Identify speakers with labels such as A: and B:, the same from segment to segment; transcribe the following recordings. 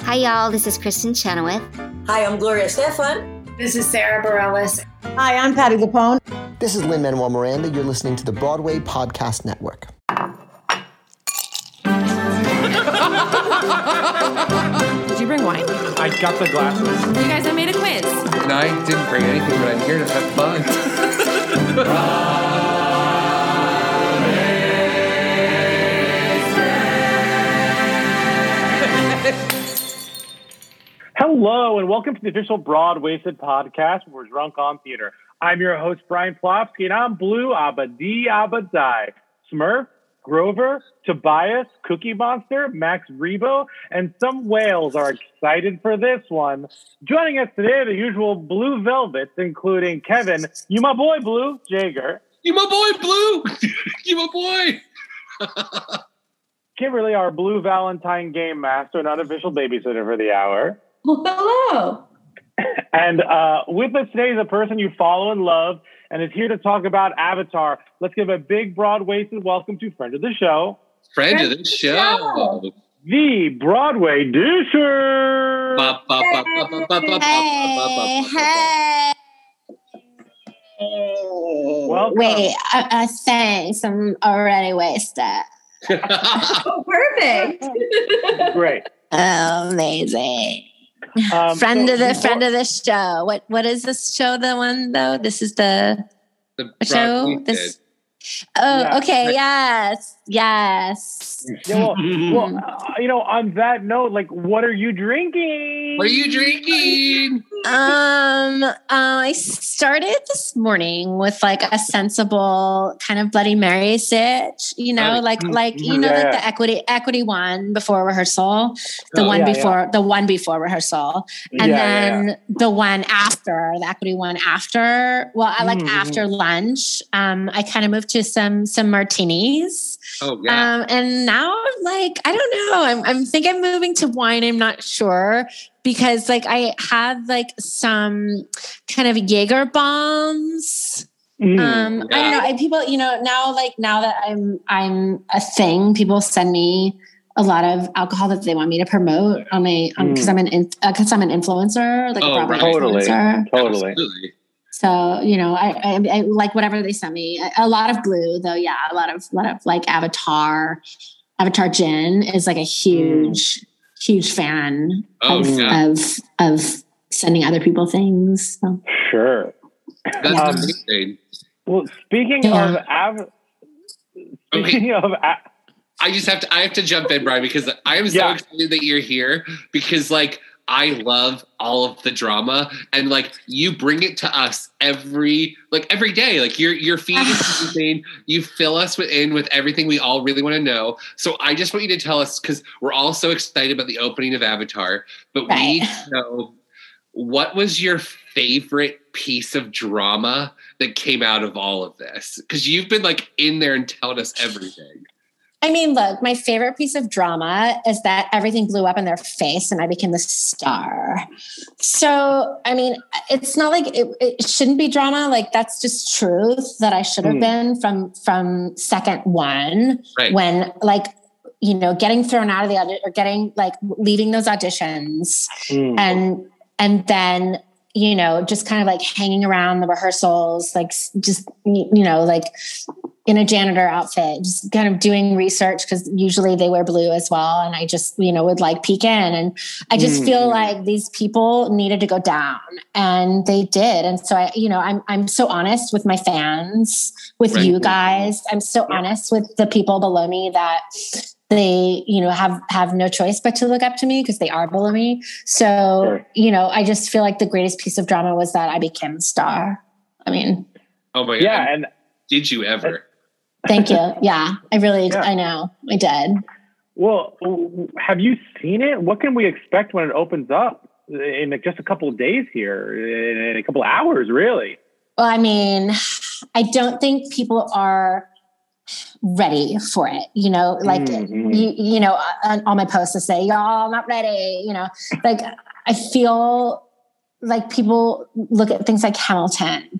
A: Hi, y'all. This is Kristen Chenoweth.
B: Hi, I'm Gloria Stefan.
C: This is Sarah Bareilles.
D: Hi, I'm Patty Lapone.
E: This is Lynn Manuel Miranda. You're listening to the Broadway Podcast Network.
F: Did you bring wine?
G: I got the glasses.
F: You guys, I made a quiz.
H: And I didn't bring anything, but I'm here to have fun.
G: Hello, and welcome to the official Broad Wasted podcast where we're drunk on theater. I'm your host, Brian Plopsky, and I'm Blue Abadi Abadai. Smurf, Grover, Tobias, Cookie Monster, Max Rebo, and some whales are excited for this one. Joining us today are the usual Blue Velvets, including Kevin, you my boy, Blue, Jager,
H: you my boy, Blue. you my boy.
G: Kimberly, our Blue Valentine Game Master and unofficial babysitter for the hour.
C: Well, hello.
G: And uh, with us today is a person you follow and love and is here to talk about Avatar. Let's give a big, broad waisted welcome to friend of the show,
H: Friend of the show.
G: the Broadway Doucher.
H: Ba, ba, ba, ba, ba, ba, ba, ba, ba, ba,
I: Hey,
H: ba,
I: hey.
G: Welcome.
I: Wait, uh, uh, thanks. I'm already wasted.
H: ba, ba.
C: Oh, perfect.
G: Great.
I: Amazing.
G: Um,
I: friend
G: so
I: of the
G: before-
I: friend of the show. What what is this show? The one though. This is the
H: The
I: show.
H: Broadway
I: This.
H: did.
I: Oh,
G: Yeah.
I: okay. Yes, yes.
G: Yeah, well, well, uh, you know, on that note, like, what are you drinking?
H: What are you drinking?
I: Um, uh, I started this morning with like a sensible kind of Bloody Mary sitch, you know,
H: Oh,
I: like
H: mm,
I: like you know,
G: Mm-hmm. yeah,
I: like
G: yeah.
I: the equity equity one before rehearsal, the
H: Oh,
I: one
G: yeah, yeah.
I: before the one before rehearsal, and
G: Yeah, yeah,
I: then the one after the equity one after. Well, I like
G: Mm, mhm.
I: after lunch. Um, I kind of moved to some some martinis.
H: Oh, yeah.
I: Um, and now I'm like, I don't know. I'm, I'm think I'm moving to wine. I'm not sure because like I had like some kind of Jaeger bombs.
G: Mm.
I: Um, I
H: Hmm, yeah.
I: don't know. I, people, you know, now like now that I'm I'm a thing, people send me a lot of alcohol that they want me to promote on my on because I'm an in because I'm an influencer, like
H: Hmm. Oh,
I: a Bravo
H: right. Totally.
I: influencer.
G: totally.
H: Absolutely.
I: So you know, I, I, I like whatever they sent me. A, a lot of blue, though. Yeah, a lot of lot of like Avatar. Avatar Gin is like a huge, huge fan
H: Hmm. Oh,
I: of,
H: yeah.
I: of of sending other people things. So.
G: Sure. Um,
H: That's amazing.
G: Well, speaking
I: Yeah.
G: of av-
I: uh,
G: speaking of a-
H: I just have to I have to jump in, Brian, because I am so
G: Yeah.
H: excited that you're here because like I love all of the drama and like you bring it to us every like every day. Like your your feed is insane. You fill us with, in with everything we all really want to know. So I just want you to tell us because we're all so excited about the opening of Avatar, but we
I: Right.
H: need to know what was your favorite piece of drama that came out of all of this? Because you've been like in there and telling us everything.
I: I mean, look, my favorite piece of drama is that everything blew up in their face and I became the star. So, I mean, it's not like it, it shouldn't be drama. Like that's just truth that I should have
G: Mm.
I: been from from second one.
H: Right.
I: when like you know getting thrown out of the audit or getting like leaving those auditions
G: Mm.
I: and and then you know just kind of like hanging around the rehearsals like s- just y- you know like in a janitor outfit just kind of doing research because usually they wear blue as well and i just you know would like peek in and i just feel
G: Mm.
I: like these people needed to go down and they did and so i you know i'm i'm so honest with my fans with
H: Right.
I: you guys i'm so
G: Yeah.
I: honest with the people below me that they you know have have no choice but to look up to me because they are below me so
G: Sure.
I: you know i just feel like the greatest piece of drama was that i became a star i mean
H: Oh my god.
G: mm. yeah, and
H: Did you ever?
I: thank you yeah i really
G: Yeah.
I: i know i did
G: well, w- w- have you seen it? What can we expect when it opens up in like, just a couple of days here, in, in a couple of hours, really?
I: well i mean i don't think people are ready for it you know like
G: Mhm.
I: you, you know, uh, on all my posts to say, y'all not ready, you know, like I feel like people look at things like Hamilton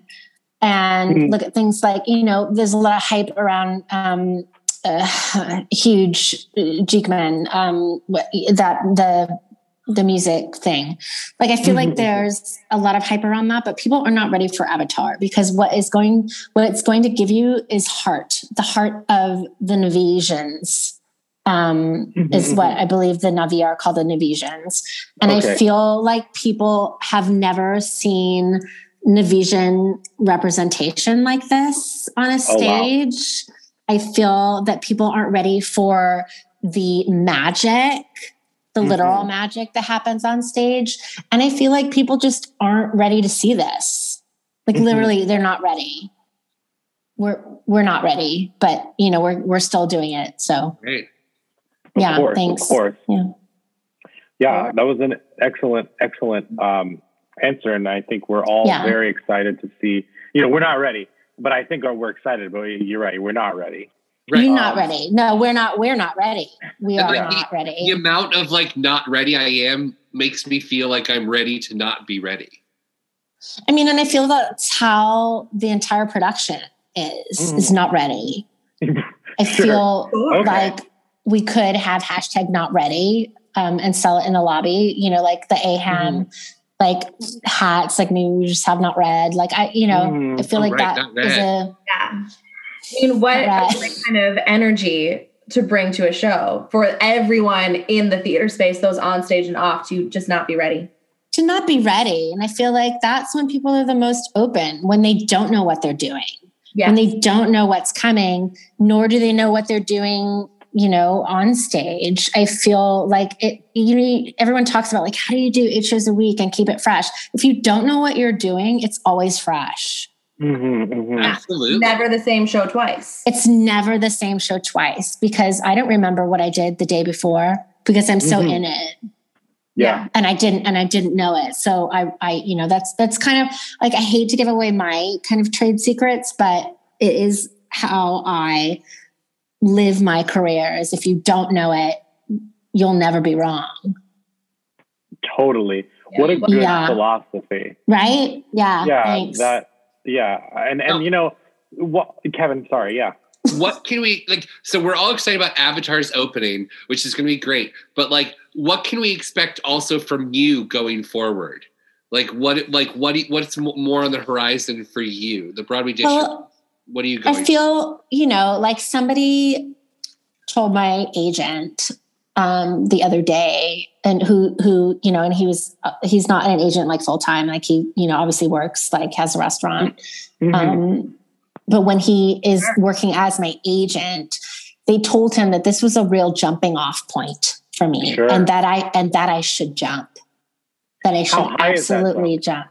I: and
G: Mhm.
I: look at things like, you know, there's a lot of hype around, um, uh, huge Jeekman, um, what- that the the music thing. Like I feel like there's a lot of hype around that, but people are not ready for Avatar because what is going what it's going to give you is heart, the heart of the Navesians. Um,
G: Mm-hmm,
I: is what I believe the Navi are called the Navesians. And
G: Okay.
I: I feel like people have never seen Navesian representation like this on a
G: Oh, wow.
I: stage. I feel that people aren't ready for the magic, the
G: Mm-hmm.
I: literal magic that happens on stage. And I feel like people just aren't ready to see this. Like
G: Mhm.
I: literally, they're not ready. We're we're not ready, but you know, we're we're still doing it. So
H: Great.
G: Of
I: Yeah,
G: course,
I: thanks.
G: Of course.
I: Yeah.
G: Yeah, that was an excellent, excellent um, answer, and I think we're all
I: Yeah.
G: very excited to see. You know, we're not ready, but I think we're excited. But you're right, we're not ready.
H: Right.
I: you're not ready. No, we're not we're not ready. We
H: And
I: are
H: like,
I: not ready.
H: The amount of like not ready I am makes me feel like I'm ready to not be ready.
I: I mean, and I feel that's how the entire production is. It's not ready. I
G: Sure.
I: feel
G: Okay.
I: like we could have hashtag not ready um, and sell it in the lobby. You know, like the AHAM, like hats, like maybe we just have not read. Like I, you know,
G: Mhm.
I: I feel like
H: Right,
I: that
H: not
I: is
H: red.
I: a
C: Yeah. I mean, what
I: Right.
C: what kind of energy to bring to a show for everyone in the theater space, those on stage and off, to just not be ready?
I: to not be ready. And I feel like that's when people are the most open when they don't know what they're doing.
C: Yeah.
I: And they don't know what's coming, nor do they know what they're doing, you know, on stage. I feel like it, you know, everyone talks about like, how do you do eight shows a week and keep it fresh? If you don't know what you're doing, it's always fresh.
G: Mhm,
H: mm-hmm.
G: mhm.
H: Absolutely.
C: Never the same show twice.
I: It's never the same show twice because I don't remember what I did the day before because I'm so
G: Mhm.
I: in it.
G: Yeah.
I: and I didn't and I didn't know it. So I I you know that's that's kind of like I hate to give away my kind of trade secrets, but it is how I live my career is if you don't know it, you'll never be wrong.
G: totally. What a
C: Yeah.
G: good
I: Yeah.
G: philosophy.
I: Right? Yeah.
G: yeah,
I: thanks.
G: that. Yeah, and
H: Oh.
G: and you know, what, Kevin? Sorry, yeah.
H: what can we like so we're all excited about avatars opening which is going to be great but like what can we expect also from you going forward like what like what do you- what's mo- more on the horizon for you the broadway dish
I: well,
H: what are you going
I: I feel, you know, like somebody told my agent um the other day and who who you know and he was uh, he's not an agent like full time like he you know obviously works like has a restaurant
G: Mhm.
I: Um, but when he is working as my agent, they told him that this was a real jumping off point for me,
G: Sure.
I: and that I and that I should jump, that I should
G: How high is that
I: absolutely jump.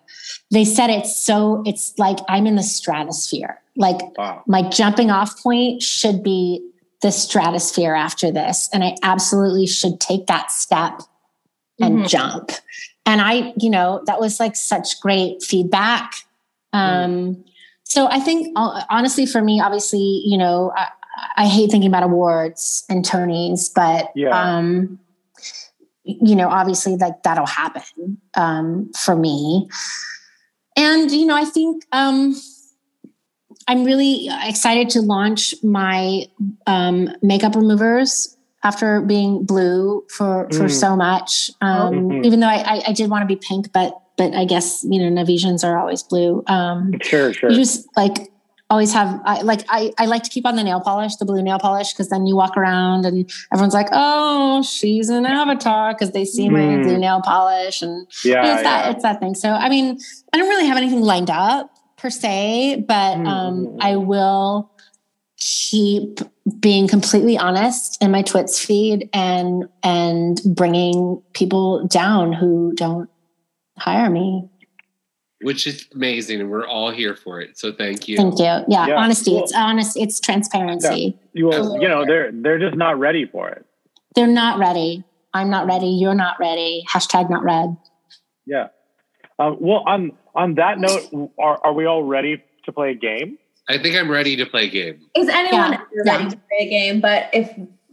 I: They said it's so it's like I'm in the stratosphere. Like
G: wow.
I: my jumping off point should be the stratosphere after this, and I absolutely should take that step and
G: Mm-hmm.
C: Mhm.
I: jump. And I, you know, that was like such great feedback. Um,
G: Mm.
I: So I think, uh, honestly, for me, obviously, you know, I, I hate thinking about awards and Tonys, but,
G: Yeah.
I: um, you know, obviously, like that'll happen um, for me. And, you know, I think um, I'm really excited to launch my um, makeup removers after being blue for for
G: Mm.
I: so much. Um,
G: Mhm.
I: Even though I, I, I did want to be pink, but but I guess you know Novesians are always blue. Um,
G: Sure, sure.
I: You just like always have I, like I, I like to keep on the nail polish, the blue nail polish, because then you walk around and everyone's like, oh, she's an avatar because they see
G: Mm.
I: my blue nail polish and
G: yeah,
I: it's that
G: yeah.
I: it's that thing. So I mean, I don't really have anything lined up per se, but um,
G: Mm.
I: I will keep being completely honest in my Twits feed and and bringing people down who don't hire me.
H: which is amazing and we're all here for it so thank you
I: Thank you. Yeah,
G: Yeah,
I: honesty.
G: well-
I: it's honest. It's transparency.
G: You, well, you know, they're they're just not ready for it.
I: They're not ready. I'm not ready. You're not ready. Hashtag not red.
G: Yeah. Um, well, on on that note, are are we all ready to play a game?
H: i think i'm ready to play a game
C: mm-hmm. Is anyone
I: Yeah.
C: ever ready
I: Yeah.
C: to play a game? But if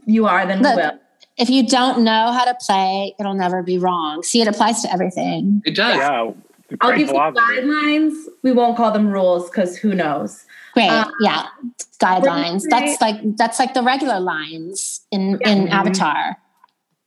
C: you are, then
I: Look.
C: we will.
I: If you don't know how to play, it'll never be wrong. See, it applies to everything.
H: it does
G: Yeah. it's a
C: I'll
G: great
C: give some
G: philosophy.
C: guidelines. We won't call them rules because who knows?
I: Great.
C: Um,
I: yeah. Guidelines.
C: right? Mm-hmm.
I: That's like that's like the regular lines in in
G: Mhm.
I: Avatar.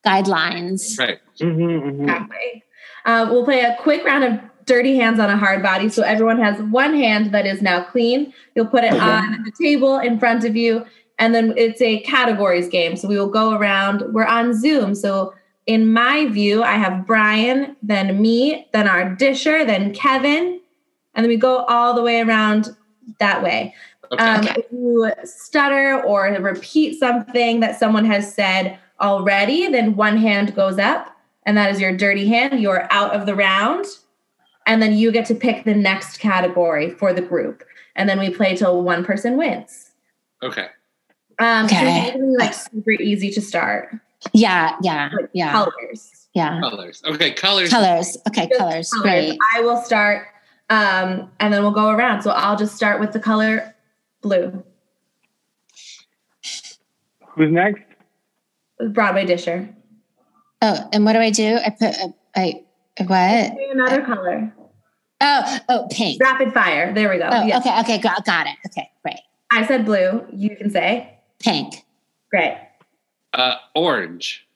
I: guidelines.
H: Right.
G: Mhm,
C: mm-hmm.
G: mhm.
C: Exactly. Uh, we'll play a quick round of dirty hands on a hard body. So everyone has one hand that is now clean. You'll put it on the table in front of you. And then it's a categories game. So we will go around. We're on Zoom. So in my view, I have Brian, then me, then our disher, then Kevin. And then we go all the way around that way.
H: Okay.
C: Um, if you stutter or repeat something that someone has said already, then one hand goes up, and that is your dirty hand. You are out of the round, and then you get to pick the next category for the group, and then we play till one person wins.
H: okay.
C: Um, so
I: Okay.
C: it's really, like super easy to start.
I: Yeah, yeah,
C: Like
I: yeah,
C: colors.
I: yeah.
H: Colors. Okay. Colors.
I: Colors. Okay,
C: Just
I: colors.
C: colors.
I: Great.
C: I will start, um, and then we'll go around. So I'll just start with the color blue.
G: Who's next?
C: Broadway disher.
I: Oh, and what do I do? I put uh, I what?
C: Another color.
I: Oh, oh, pink.
C: Rapid fire. There we go.
I: Oh,
C: yeah.
I: okay, okay, got, got it. Okay, great.
C: I said blue. You can say.
I: Pink.
C: Great.
H: Uh, orange.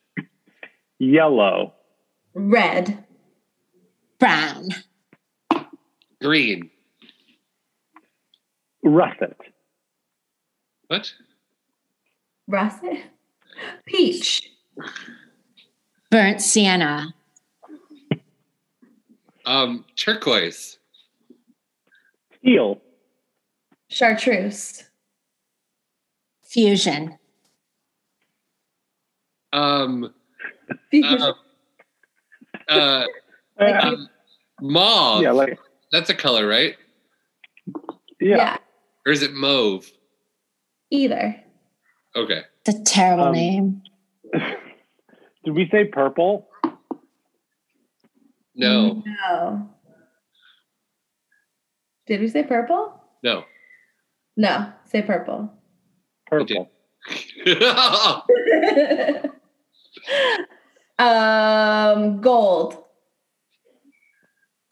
G: Yellow.
C: Red.
I: Brown.
H: Green.
G: Russet.
H: What?
C: Russet. Peach.
I: Burnt sienna.
H: Um, turquoise.
G: Teal.
C: Chartreuse.
I: Fusion.
H: Um,
C: Fuchsia.
H: uh, uh,
G: Uh,
H: um, mauve.
G: yeah, like
H: That's a color, right?
G: yeah.
H: Or is it mauve?
C: Either.
H: Okay.
I: The terrible
G: Um,
I: name.
G: Did we say purple?
H: No.
C: No. Did we say purple?
H: No.
C: No. Say purple.
G: Purple.
C: um. Gold.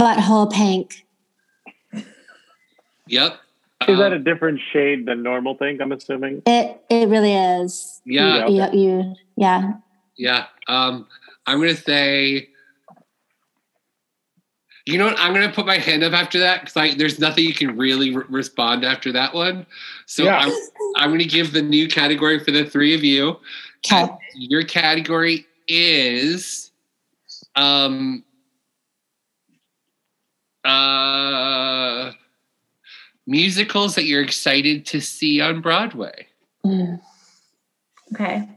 I: Butthole pink.
H: yep.
G: Is that
H: Um,
G: a different shade than normal pink? I'm assuming.
I: It it really is.
H: yeah.
G: Yeah.
I: You, you yeah.
H: Yeah. Um, I'm gonna say. You know what? I'm gonna put my hand up after that because I there's nothing you can really re- respond after that one. So
G: Yeah.
H: I'm I'm gonna give the new category for the three of you.
I: Okay.
H: Your category is, um, uh, musicals that you're excited to see on Broadway.
I: Mm.
C: Okay.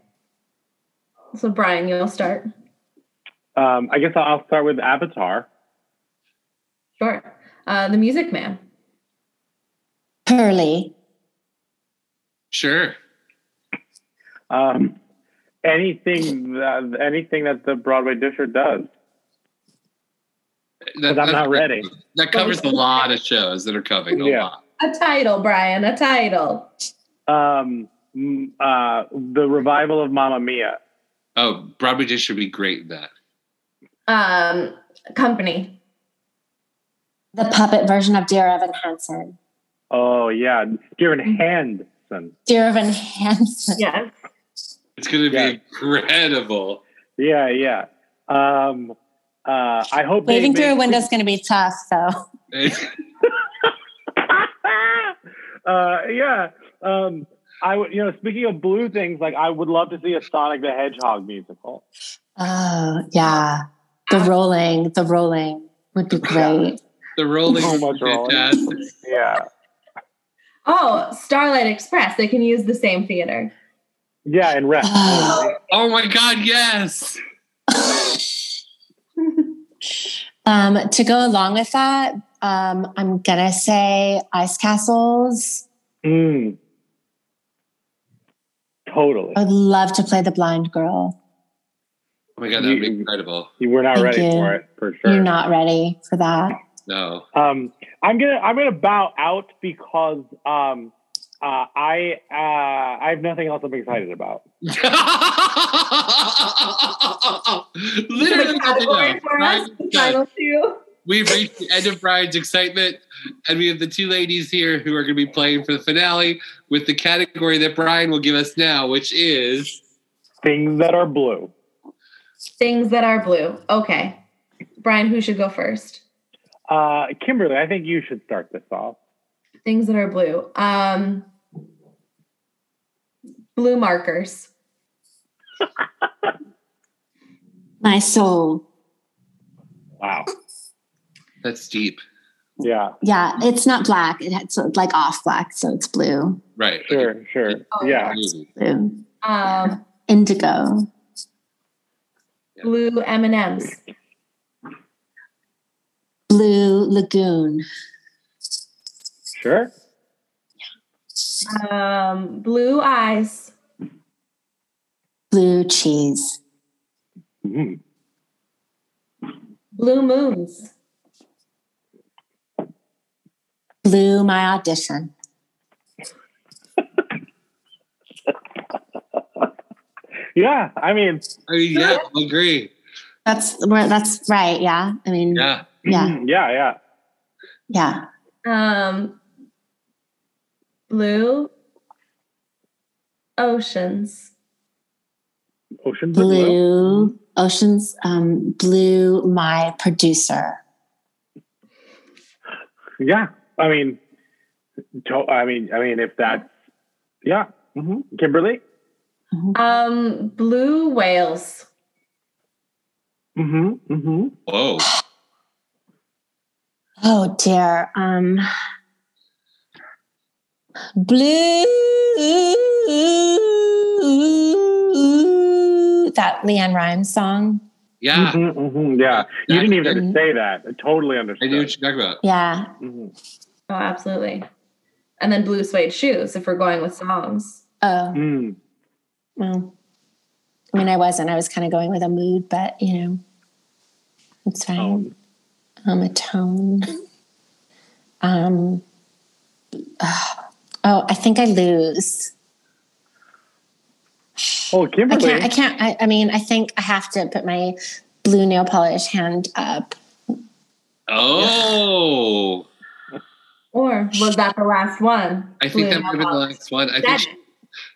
C: So Brian, you'll start.
G: Um, I guess I'll start with Avatar.
C: Sure. Uh, the Music Man.
I: Pearly.
H: Sure.
G: Um, anything that anything that the Broadway Disher does.
H: That-
G: But I'm
H: that's-
G: not ready.
H: That covers a lot of shows that are coming. A
G: Yeah.
H: lot.
C: A title, Brian. A title.
G: Um, mm, uh, the revival of Mamma Mia.
H: Oh, Broadway Dish should be great in that.
C: Um. Company.
I: The puppet version of Dear Evan Hansen.
G: Oh yeah,
I: Mm-hmm.
G: Darren Hanson.
I: Dear Evan Hansen.
C: Yes.
H: It's going to be
G: Yeah.
H: incredible.
G: Yeah, yeah. Um, uh, I hope they
I: Waving through a
G: make-
I: window is going to be tough, though.
G: uh, yeah. Um, I would, you know, speaking of blue things, like I would love to see a Sonic the Hedgehog musical.
I: Oh, yeah. The rolling, the rolling would be great.
H: The rolling
G: So
H: is
G: much rolling.
H: fantastic.
G: Yeah,
C: Oh, Starlight Express. They can use the same theater.
G: yeah, and rest.
I: Oh.
H: Oh my God, yes.
I: um, to go along with that, um, I'm going to say Ice Castles.
G: Mm. Totally.
I: I would love to play the blind girl.
H: Oh my God, that would be
G: You-
H: incredible.
G: We're not
I: Thank
G: ready
I: you.
G: for it for sure.
I: You're not ready for that.
H: No.
G: Um, I'm gonna I'm gonna bow out because um, uh, I uh, I have nothing else I'm excited about.
H: Literally,
C: Like,
H: nothing
C: category
H: else.
C: for us,
H: Brian's
C: the
H: done.
C: final two.
H: We've reached the end of Brian's excitement, and we have the two ladies here who are going to be playing for the finale with the category that Brian will give us now, which is
G: Things that are blue.
C: Things that are blue. Okay. Brian, who should go first?
G: Uh, Kimberly, I think you should start this off.
C: Things that are blue. Um, blue markers.
I: My soul.
G: Wow.
H: That's deep.
G: Yeah.
I: Yeah, it's not black. It had- It's like off black, so it's blue.
H: Right. like
G: Sure. Sure. Yeah.
H: movie.
I: Blue.
C: Um,
I: Indigo.
C: blue M and M's.
I: Blue lagoon.
G: Sure.
C: Um, blue eyes.
I: Blue cheese.
G: Mm.
C: Blue moons.
I: Blue my audition.
G: Yeah. I mean,
H: I mean, yeah, I agree.
I: That's where that's right, yeah. I mean yeah.
H: Yeah.
I: Yeah.
G: yeah. Yeah.
C: Um, blue oceans.
G: Oceans are blue.
I: Blue oceans, um, blue my producer.
G: Yeah. I mean, to- I mean, I mean, if that's, yeah. hmm Kimberly.
C: Um, blue whales.
G: Mm-hmm. Mm-hmm.
H: Whoa.
I: Oh dear. Um blue that Leanne Rhymes song.
H: Yeah.
G: hmm hmm Yeah. You didn't even have to say that. I totally
H: Ah. I
G: understood.
H: knew what you're talking about.
I: Yeah.
G: Mhm.
C: Oh, absolutely. And then blue suede shoes. If we're going with songs.
I: Oh.
G: Mm.
I: Well, I mean, I wasn't. I was kind of going with a mood, but you know, it's fine.
G: Um,
I: Um, a tone. Um. Oh, I think I lose.
G: oh,
I: I
G: Kimberly.
I: can't. I can't. I, I mean, I think I have to put my blue nail polish hand up.
H: Oh.
C: Or was that the last one?
H: I think
C: Blue
H: that might have been the
C: Outlaws.
H: last one. I
C: That-
H: think she,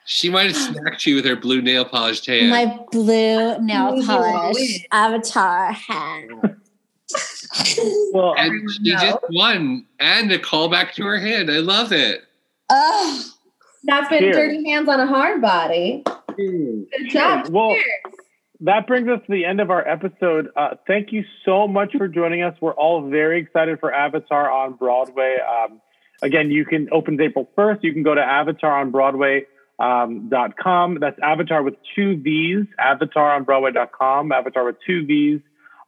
H: she might have smacked you with her blue nail polished hand.
I: My blue nail
C: Maybe we'll win.
I: polish avatar hand.
G: well,
H: and she
C: No.
H: just won. And a callback to her hand. I love it.
I: Oh,
C: That's been
G: Cheers.
C: dirty hands on a hard body.
I: Hmm.
C: Good job.
G: well,
C: Cheers.
G: that brings us to the end of our episode. Uh, thank you so much for joining us. We're all very excited for Avatar on Broadway. Um, again, you can opens April 1st. You can go to avataronbroadway.com. dot com. That's Avatar with two V's, avataronbroadway.com, Avatar with two V's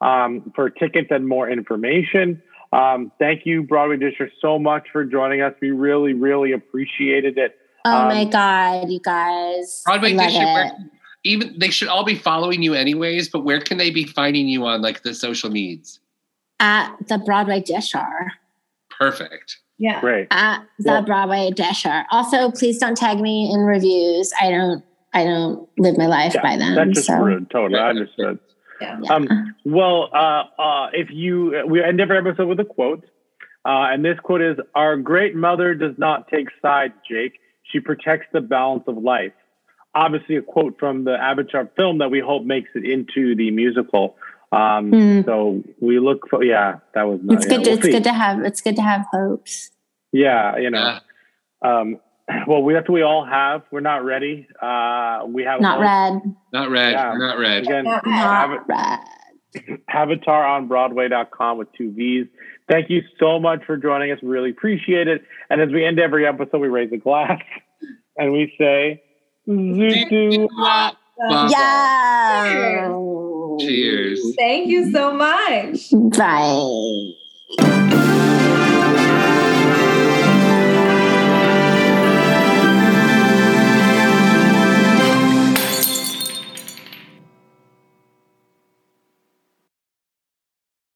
G: um, for tickets and more information. Um, thank you, Broadway District, so much for joining us. We really, really appreciated it.
I: oh
G: Um,
I: my god, you guys!
H: Broadway
I: I love
H: District,
I: it.
H: where- even they should all be following you anyways, but where can they be finding you on like the social medias?
I: at the Broadway Disher.
H: Perfect.
C: Yeah.
G: Great.
I: At the
G: Well-
I: Broadway Disher. Also, please don't tag me in reviews. I don't. I don't live my life
G: Yeah,
I: by them.
G: That's just
I: Um, so.
G: rude. Totally. I understood.
C: Yeah.
G: Um, well, uh, uh, if you, we end every episode with a quote. Uh, and this quote is Our great mother does not take sides, Jake. She protects the balance of life. Obviously, a quote from the Avatar film that we hope makes it into the musical. Um,
I: Hmm.
G: So we look for, yeah, that was
I: It's
G: Uh, yeah,
I: good. To,
G: we'll
I: it's
G: see.
I: good to have. It's good to have hopes.
G: Yeah, you know.
H: Yeah.
G: Um, well, we that's what we all have. We're not ready. Uh, we have
I: Not red.
H: Not red.
G: Yeah.
H: Not red.
G: Again,
C: Yeah.
I: Not
G: Ava-
I: red.
G: avataronbroadway.com with two V's. Thank you so much for joining us. Really appreciate it. And as we end every episode, we raise a glass and we say, Zoot
H: Bye.
I: Yeah.
H: Cheers.
C: Thank you so much.
I: Bye.